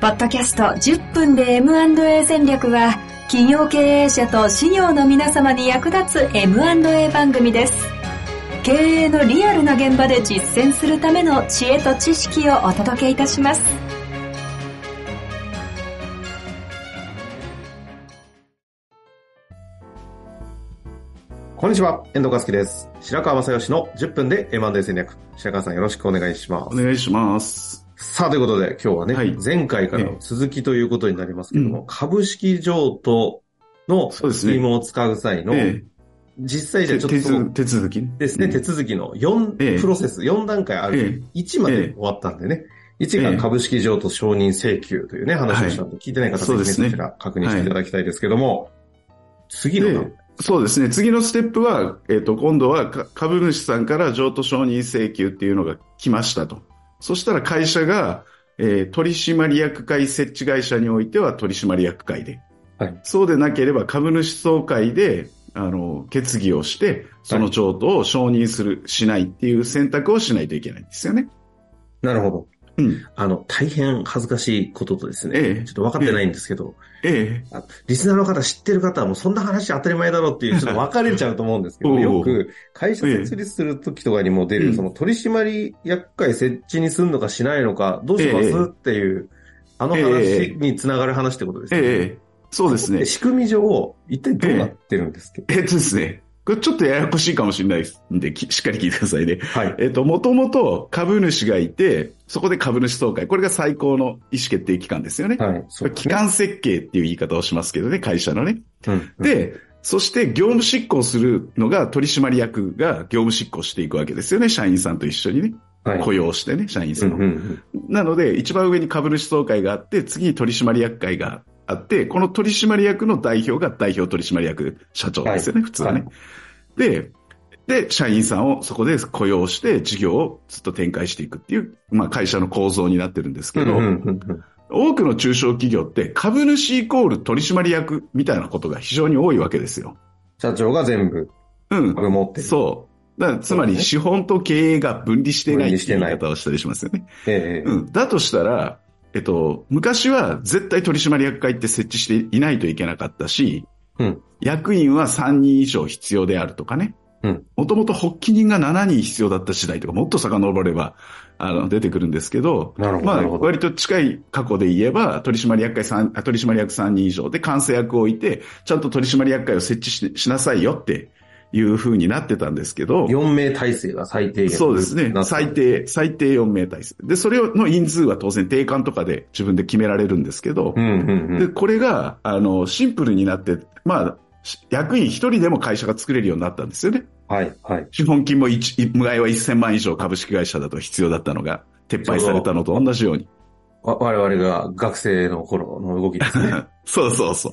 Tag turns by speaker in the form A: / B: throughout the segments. A: ポッドキャスト10分で M&A 戦略は、企業経営者と資業の皆様に役立つ M&A 番組です。経営のリアルな現場で実践するための知恵と知識をお届けいたします。
B: こんにちは、遠藤和樹です。白川正義の10分で M&A 戦略。白川さんよろしくお願いしま
C: お
B: す。
C: 願いします。
B: さあ、ということで今日はね、
C: はい
B: 前回からの続きということになりますけども、株式譲渡の
C: そうです
B: スキ
C: ね
B: ームを使う際の、
C: え
B: 実際
C: え、
B: じゃあち
C: 手
B: ょっとその
C: 続手続き
B: ですね、
C: うん
B: 手続きの4、
C: ええ
B: プロセス、4段階ある、1まで終わったんでね、1
C: え
B: が
C: え
B: 株式譲渡承認請求というね、話をしたので、聞いてない方
C: そう
B: は
C: で
B: ぜひ
C: す
B: ね
C: ね
B: こちら確認していただきたいですけども、次の
C: でそうですね。次のステップは、えっ、と、今度はか株主さんから譲渡承認請求っていうのが来ましたと。そしたら会社が、えー取締役会設置会社においては取締役会で。
B: はい
C: そうでなければ株主総会で、あの、決議をして、その譲渡を承認する、しないっていう選択をしないといけないんですよね。
B: なるほど。
C: うん。
B: あの、大変恥ずかしいこととですね、
C: ええ
B: ちょっと分かってないんですけど、
C: え
B: あリスナーの方知ってる方はもうそんな話当たり前だろうって いう、ちょっと分かれちゃうと思うんですけ
C: お
B: ど、
C: う
B: よく会社設立する時とかにも出
C: え
B: る、
C: え
B: その取締役会設置にするのかしないのか、どうします
C: ええ
B: っていう、あの
C: え
B: 話
C: え
B: につながる話ってことで
C: え
B: す
C: え
B: よね。
C: えそうですね
B: で。仕組み上、一体どうなってるんですっけ
C: えっとですね、これちょっとややこしいかもしれないですんで、きしっかり聞いてくださいね。
B: はい。
C: えっと、もともと株主がいて、そこで株主総会、これが最高の意思決定機関ですよね。
B: はい。そうです
C: 機
B: ね。
C: 関設計っていう言い方をしますけどね、会社のね。
B: うん、
C: で、そして業務執行するのが取締役が業務執行していくわけですよね、社員さんと一緒にね。
B: はい
C: 雇用してね、社員
B: う
C: さ
B: ん
C: んを
B: うん。うん
C: なので、一番上に株主総会があって、次に取締役会があって、この取締役の代表が代表取締役社長ですよね、普通はね、
B: は
C: で、で、社員さんをそこで雇用して、事業をずっと展開していくっていう、まあ会社の構造になってるんですけ
B: う
C: ど、
B: んうんうんうん
C: 多くの中小企業って株主イコール取締役みたいなことが非常に多いわけですよ。
B: 社長が全部
C: うん。
B: これ持ってる。
C: そう。だからつま
B: そうです
C: り
B: ね
C: 資本と経営が分離していないっていう言い
B: 分離して
C: 方をしたりしますよね。
B: ええ
C: うん、だとしたら、えっと、昔は絶対取締役会って設置していないといけなかったし、
B: うん
C: 役員は3人以上必要であるとかね
B: うん。
C: もともと発起人が7人必要だった時代とか、もっと遡れば、あの、出てくるんですけど、
B: なるほど
C: ま
B: な
C: あ、
B: るほど
C: 割と近い過去で言えば、取締役会三あ取締役3人以上で、監査役を置いて、ちゃんと取締役会を設置ししなさいよっていう風になってたんですけど、
B: 4名体制が最低限。
C: そうですね。最。低、最低4名体制。で、それの人数は当然定款とかで自分で決められるんですけど
B: う、んうんうん。
C: で、これが、あの、シンプルになって、まあ、し役員一人でも会社が作れるようになったんですよね。
B: はい、はい。
C: 資本金も一、い前は1000万以上株式会社だと必要だったのが、撤廃されたのと同じように。
B: わ我々が学生の頃の動きですね。
C: そうそうそう。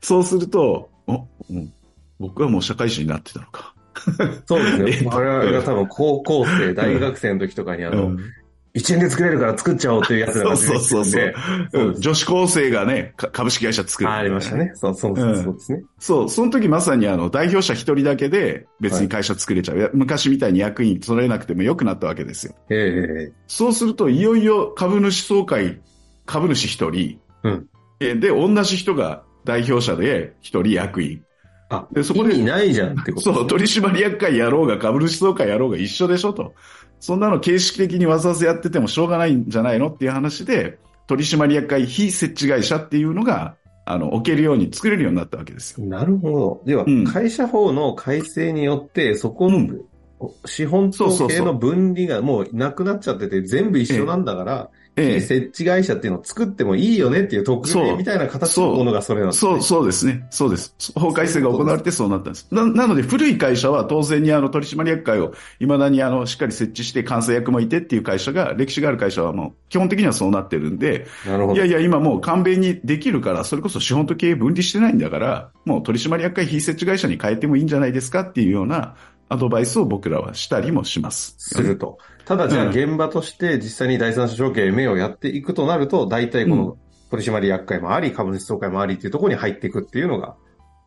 C: そうすると、おうん僕はもう社会人になってたのか。
B: そうです
C: えっ
B: ね。
C: と
B: 我々が多分高校生、大学生の時とかにあ
C: う
B: の
C: ん、
B: 1円で作れるから作っちゃおうっていうやつら
C: そ
B: が
C: う
B: 出て
C: そう
B: きて
C: そ
B: る
C: うんそう
B: で。
C: うん。女子高生がね、か株式会社作る。
B: あありましたね。そうそうそうそうですね。
C: そう、その時まさにあの、代表者一人だけで別に会社作れちゃう。や昔みたいに役員揃えなくても良くなったわけですよ。
B: ええ
C: そうすると、いよいよ株主総会、株主一人、
B: うん
C: えで、同じ人が代表者で一人役員。
B: あ、
C: で、そ
B: そこ
C: こで
B: に、ないじゃんってこと。
C: そう、取締役会やろうが株主総会やろうが一緒でしょと。そんなの形式的にわざわざやっててもしょうがないんじゃないのっていう話で、取締役会非設置会社っていうのが、あの、置けるように作れるようになったわけですよ。
B: なるほど。では、
C: うん
B: 会社法の改正によって、そこの、
C: うん
B: 資本
C: そう
B: 統
C: そう
B: 計
C: そ
B: の
C: う
B: 分離がもうなくなっちゃってて、全部一緒なんだから、
C: ええ
B: 非設置会社っていうのを作ってもいいよねっていう特
C: そ
B: 例
C: う
B: みたいな形のものがそれなんですね、
C: そう、そうですね。そうです。法改正が行われてそうなったんです。ななので、古い会社は当然にあの取締役会を未だにあのしっかり設置して監査役もいてっていう会社が、歴史がある会社はもう基本的にはそうなってるんで、
B: なるほ
C: い
B: ど
C: や。いや、今もう勘弁にできるから、それこそ資本と経営分離してないんだから、もう取締役会非設置会社に変えてもいいんじゃないですかっていうようなアドバイスを僕らはしたりもします。
B: すると。ただじゃあ
C: うん
B: 現場として実際に第三者承継 MA をやっていくとなると、大体こ
C: う
B: の取締役会もあり、株主総会もありっていうところに入っていくっていうのが、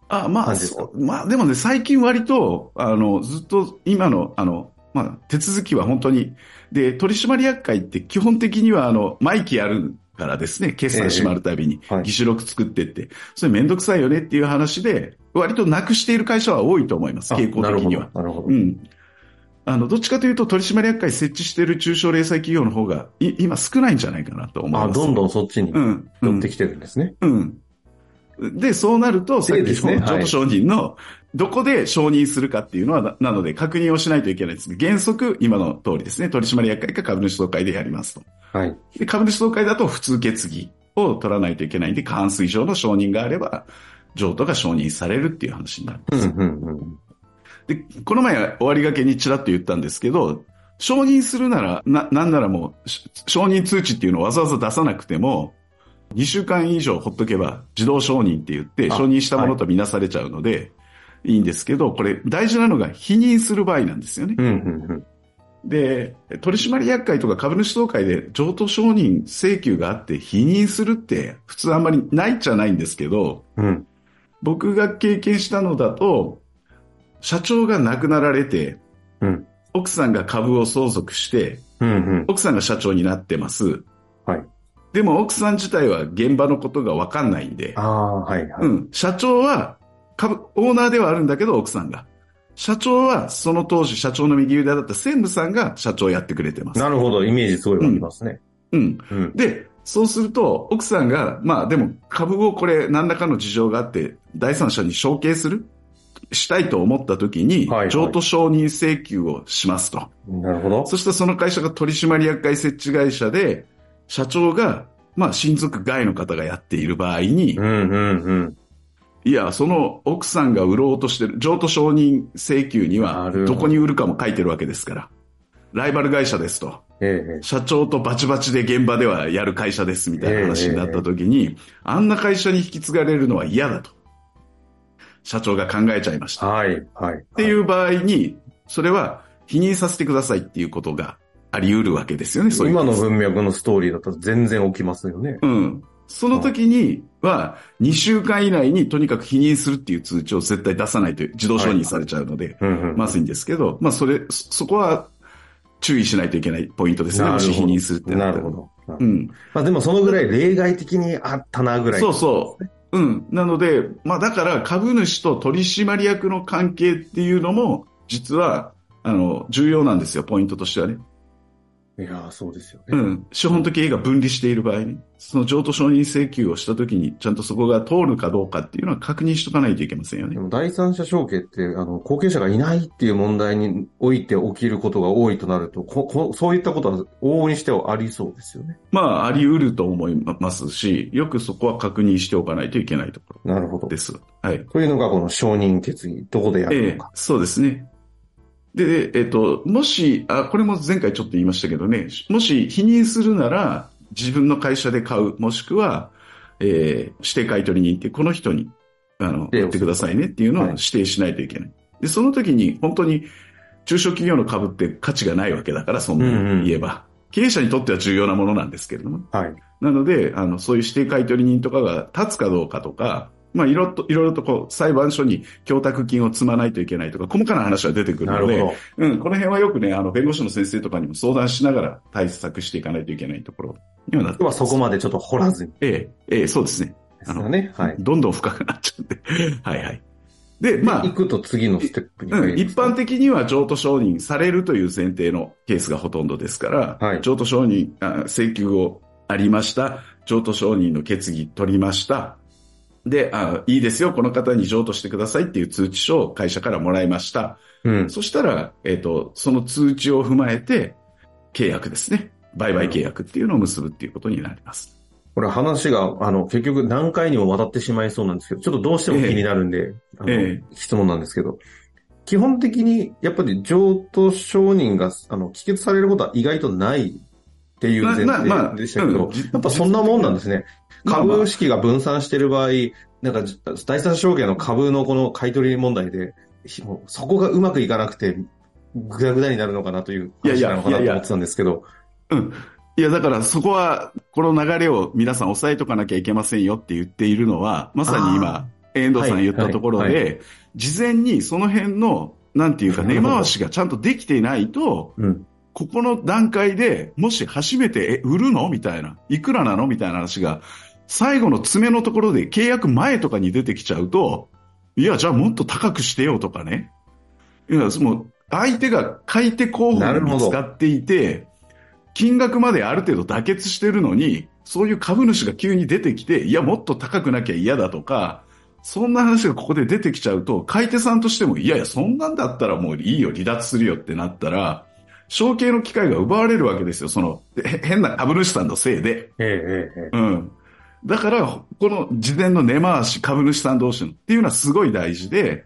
C: あ、ま
B: 感
C: あ、
B: じですか
C: そうまあ、でもね、最近割と、あの、ずっと今の、あの、まあ、手続きは本当に、で、取締役会って基本的には、あの、毎期やるんからですね、決算閉まるたびに
B: えはい
C: 議事録作ってって、それめんどくさいよねっていう話で、割となくしている会社は多いと思います、
B: あ
C: 傾向
B: なる
C: 的
B: ほ
C: に
B: ど
C: は。。
B: なるほど。
C: うん。あの、どっちかというと取締役会設置している中小零細企業の方が、い今少ないんじゃないかなと思います。
B: あ、どんどんそっちに
C: うん。う
B: 寄
C: ん
B: ってきてるんですね。
C: うん。で、そうなると、さっき
B: でですね
C: の
B: はい
C: 譲渡承認の、どこで承認するかっていうのは、ななので確認をしないといけないです。原則、今の通りですね、取締役会か株主総会でやりますと。
B: はい。
C: で、株主総会だと普通決議を取らないといけないんで、過半数以上の承認があれば、譲渡が承認されるっていう話になるん
B: う
C: で
B: ん、
C: す。
B: うん、
C: で、この前終わりがけにちらっと言ったんですけど、承認するなら、な、なんならもう、し承認通知っていうのをわざわざ出さなくても、2週間以上ほっとけば自動承認って言って、
B: あ
C: 承認したものとみなされちゃうので、い、いんですけど、これ大事なのが否認する場合なんですよね
B: うん。う。ん、うん、うん。
C: で、取締役会とか株主総会で譲渡承認請求があって否認するって普通あんまりないじゃないんですけど、
B: うん。
C: 僕が経験したのだと、社長が亡くなられて、
B: うん
C: 奥さんが株を相続して、
B: うん、うん。
C: 奥さんが社長になってます。
B: はい
C: でも奥さん自体は現場のことがわかんないんで
B: あ、あ、はい、は
C: う
B: い。
C: ん、社長は株、オーナーではあるんだけど奥さんが。社長はその当時社長の右腕だった専務さんが社長やってくれてます。
B: なるほど。イメージすごい湧きますね。
C: うん。
B: うん。
C: で、そうすると、奥さんが、まあでも株をこれ何らかの事情があって、第三者に承継するしたいと思った時に
B: はいは、い
C: 譲渡承認請求をしますと。
B: なるほど。
C: そしてその会社が取締役会設置会社で、社長が、まあ親族外の方がやっている場合に
B: う、ん、うん、うん。
C: いや、その奥さんが売ろうとしてる、譲渡承認請求に
B: な
C: は
B: るほど
C: どこに売るかも書いてるわけですから。ライバル会社ですと。
B: えええ
C: 社長とバチバチで現場ではやる会社ですみたいな話になった時に、あんな会社に引き継がれるのは嫌だと。社長が考えちゃいまし
B: え
C: た。っ
B: はい、はい。って。
C: いうう場合に、それは否認させてくださいっていうことがあり得るわけですよね、そういう。
B: 今の文脈のストーリーだと全然起きますよね。
C: うん。その時には、2週間以内にとにかく否認するっていう通知を絶対出さないという自動承認されちゃうので、
B: うん、うん。
C: まずいんですけど、まあそれ、そそこは注意しないといけないポイントですね、
B: な
C: も
B: る
C: し
B: ほ
C: 否
B: ど
C: 認するって
B: な
C: った
B: る
C: ら
B: ほ。ど。
C: うん。
B: まあでもそのぐらい例外的にあったなぐらい。
C: そうそう。うん。なので、まあだから株主と取締役の関係っていうのも、実は、あの、重要なんですよ、ポイントとしてはね。
B: う。いやーそうですよ
C: う
B: ね。
C: ん。資本と経営が分離している場合に、その譲渡承認請求をしたときに、ちゃんとそこが通るかどうかっていうのは確認しとかないといけませんよ
B: で
C: ね。
B: も第三者承継って、あの、後継者がいないっていう問題において起きることが多いとなると、ここそういったことは往々にしてはありそうですよね。
C: まあ、あり得ると思いますし、よくそこは確認しておかないといけないとこ
B: なるほど
C: ろで。す。はい。
B: というのがこの承認決議、どこでや
C: え
B: る
C: え
B: のか。
C: そうですね。で、えっ、と、もし、あ、これも前回ちょっと言いましたけどね、もし否認するなら、自分の会社で買う、もしくは、えー指定買取人って、この人に、あの、
B: ええ
C: やってくださいねっていうのは
B: はい
C: 指定しないといけない。で、その時に、本当に、中小企業の株って価値がないわけだから、そんなに言えば。経営者にとっては重要なものなんですけれども。
B: はい。
C: なので、あの、そういう指定買取人とかが立つかどうかとか、まあ、いろいろと、いろいろとこう、裁判所に供託金を積まないといけないとか、細かな話は出てくる
B: な
C: の
B: るほ
C: で、
B: ど。
C: うん、この辺はよくね、あの、弁護士の先生とかにも相談しながら対策していかないといけないところにはなっ
B: 今日
C: て
B: は
C: ます。
B: そこまでちょっと掘らずに
C: ええ、ええ、そうですね。
B: ですよね。はい。
C: どんどん深くなっちゃって。はいはい。で、
B: ま
C: ま
B: あ、
C: あ
B: 行、くと次のステップに入
C: うん、
B: り
C: 一
B: ますか、
C: 般的には譲渡承認されるという前提のケースがほとんどですから、
B: はい
C: 譲渡承認あ請求をありました、譲渡承認の決議取りました、であ、いいですよ、この方に譲渡してくださいっていう通知書を会社からもらいました。
B: うん。
C: そしたら、えっ、と、その通知を踏まえて、契約ですね。売買契約っていうのを結ぶっていうことになります。
B: これ話が、あの、結局何回にもわたってしまいそうなんですけど、ちょっとどうしても気になるんで、あの
C: え
B: 質問なんですけど、基本的にやっぱり譲渡承認が、あの、帰結されることは意外とないっていう前
C: まあまあまあ
B: 提でしたけど、
C: うんじ
B: やっぱそんなもんなんですね。
C: まあまあ
B: 株式が分散してる場合、なんか、第三者証券の株のこの買い取り問題で、ひもうそこがうまくいかなくて、ぐだぐだになるのかなという
C: いやい
B: 話
C: や
B: なのかない
C: やい
B: と
C: や
B: 思ってたんですけど、
C: いや、だからそこは、この流れを皆さん抑えとかなきゃいけませんよって言っているのは、まさに
B: あ
C: 今、遠藤さん言ったところ
B: はいは
C: で、事前にその辺の、なんていうか、
B: なる
C: 根
B: ほど
C: 回しがちゃんとできていないと、
B: うん。
C: ここの段階で、もし初めて、え、売るのみたいな。いくらなのみたいな話が、最後の詰めのところで契約前とかに出てきちゃうと、いや、じゃあもっと高くしてよとかね。いや、その、相手が買い手候補
B: なるほ
C: に
B: ど
C: 使っていて、金額まである程度妥結してるのに、そういう株主が急に出てきて、いや、もっと高くなきゃ嫌だとか、そんな話がここで出てきちゃうと、買い手さんとしても、いやいや、そんなんだったらもういいよ、離脱するよってなったら、承継の機会が奪われるわけですよ、その、へ変な株主さんのせいで。
B: えええええ
C: うん。だから、この事前の根回し、株主さん同士のっていうのはすごい大事
B: え
C: で、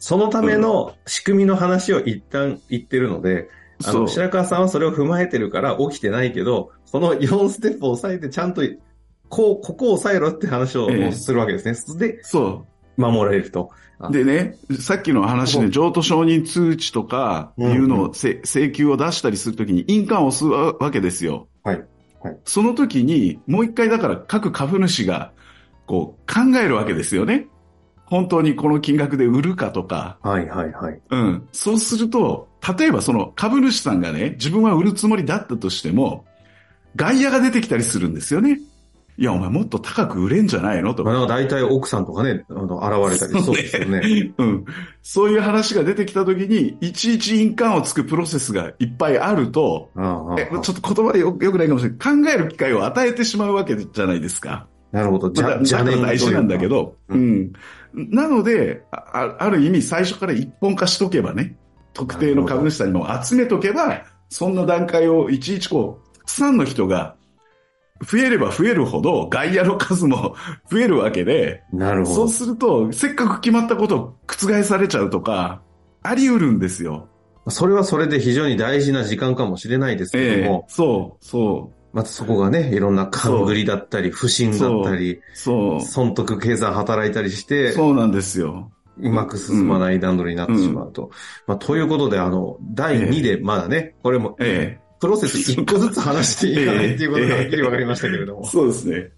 B: そのための仕組みの話を一旦言ってるので、あ
C: そ
B: の
C: う。
B: 白川さんはそれを踏まえてるから起きてないけど、この4ステップを抑えてちゃんと、こう、ここを抑えろって話を
C: ええ
B: するわけですね。で、
C: そう。
B: 守られると。あ
C: でね、さっきの話
B: う
C: で
B: ん
C: 譲渡承認通知とかいうのをせ、請求を出したりするときに印鑑を押すわけですよ。
B: はいはい
C: その時に、もう一回だから各株主がこう考えるわけですよね。本当にこの金額で売るかとか。
B: はいはいはい。
C: うん。そうすると、例えばその株主さんがね、自分は売るつもりだったとしても、外野が出てきたりするんですよね。いや、お前もっと高く売れんじゃないのとか
B: まあ、。なんか大体奥さんとかね、あの、現れたり、そ
C: そ
B: うう
C: ね
B: ですよね。
C: うん。そういう話が出てきたときに、いちいち印鑑をつくプロセスがいっぱいあると、
B: ああ
C: えちょっと言葉でよよくないかもしれない。考える機会を与えてしまうわけじゃないですか。
B: なるほど。じ
C: まあ
B: ゃ、
C: だ
B: じゃ
C: だから大事なんだけ
B: ど。
C: ど、
B: う
C: うん。なので、あある意味最初から一本化しとけばね、特定の株主さんにも集めとけば、そんな段階をいちいちこう、たくさんの人が、増えれば増えるほど外野の数も 増えるわけで、
B: なる
C: そ
B: ほ
C: う
B: ど。
C: すると、せっかく決まったことを覆されちゃうとか、あり得るんですよ。
B: それはそれで非常に大事な時間かもしれないですけ
C: え
B: ど
C: え
B: も、
C: そう、そ
B: またそこがね、いろんな勘繰りだったり、不信だったり、
C: う、そう、
B: 損得計算働いたりして、
C: そうなんですよ。
B: うまく進まない段取りになってしまうと。まあ、ということで、あの、第2でまだね、これも、
C: え
B: プロセス一個ずつ話していかないっていうことがはっきりわかりましたけれど
C: え
B: も。
C: そうですね。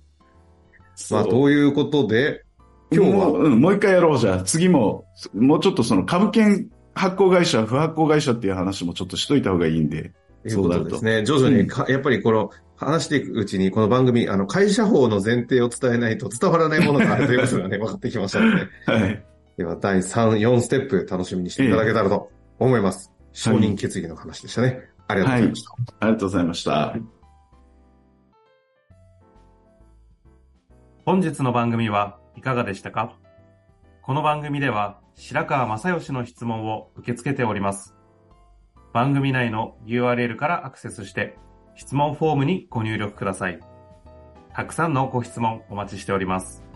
B: まあ、
C: そう
B: ということで、今日
C: も
B: は、
C: う、うん、もう一回やろうじゃあ、次も、もうちょっとその株券発行会社、不発行会社っていう話もちょっとしといた方がいいんで。
B: ということですね。徐々
C: う
B: に
C: ん
B: か、やっぱりこの、話していくうちに、この番組、あの、会社法の前提を伝えないと伝わらないものがあるということが ね、分かってきましたので、
C: はい。
B: では、第3、4ステップ楽しみにしていただけたらと思います。承認決議の話でしたね。ありがとうございました。
C: ありがとうございました。
D: 本日の番組はいかがでしたかこの番組では白川正義の質問を受け付けております。番組内の URL からアクセスして質問フォームにご入力ください。たくさんのご質問お待ちしております。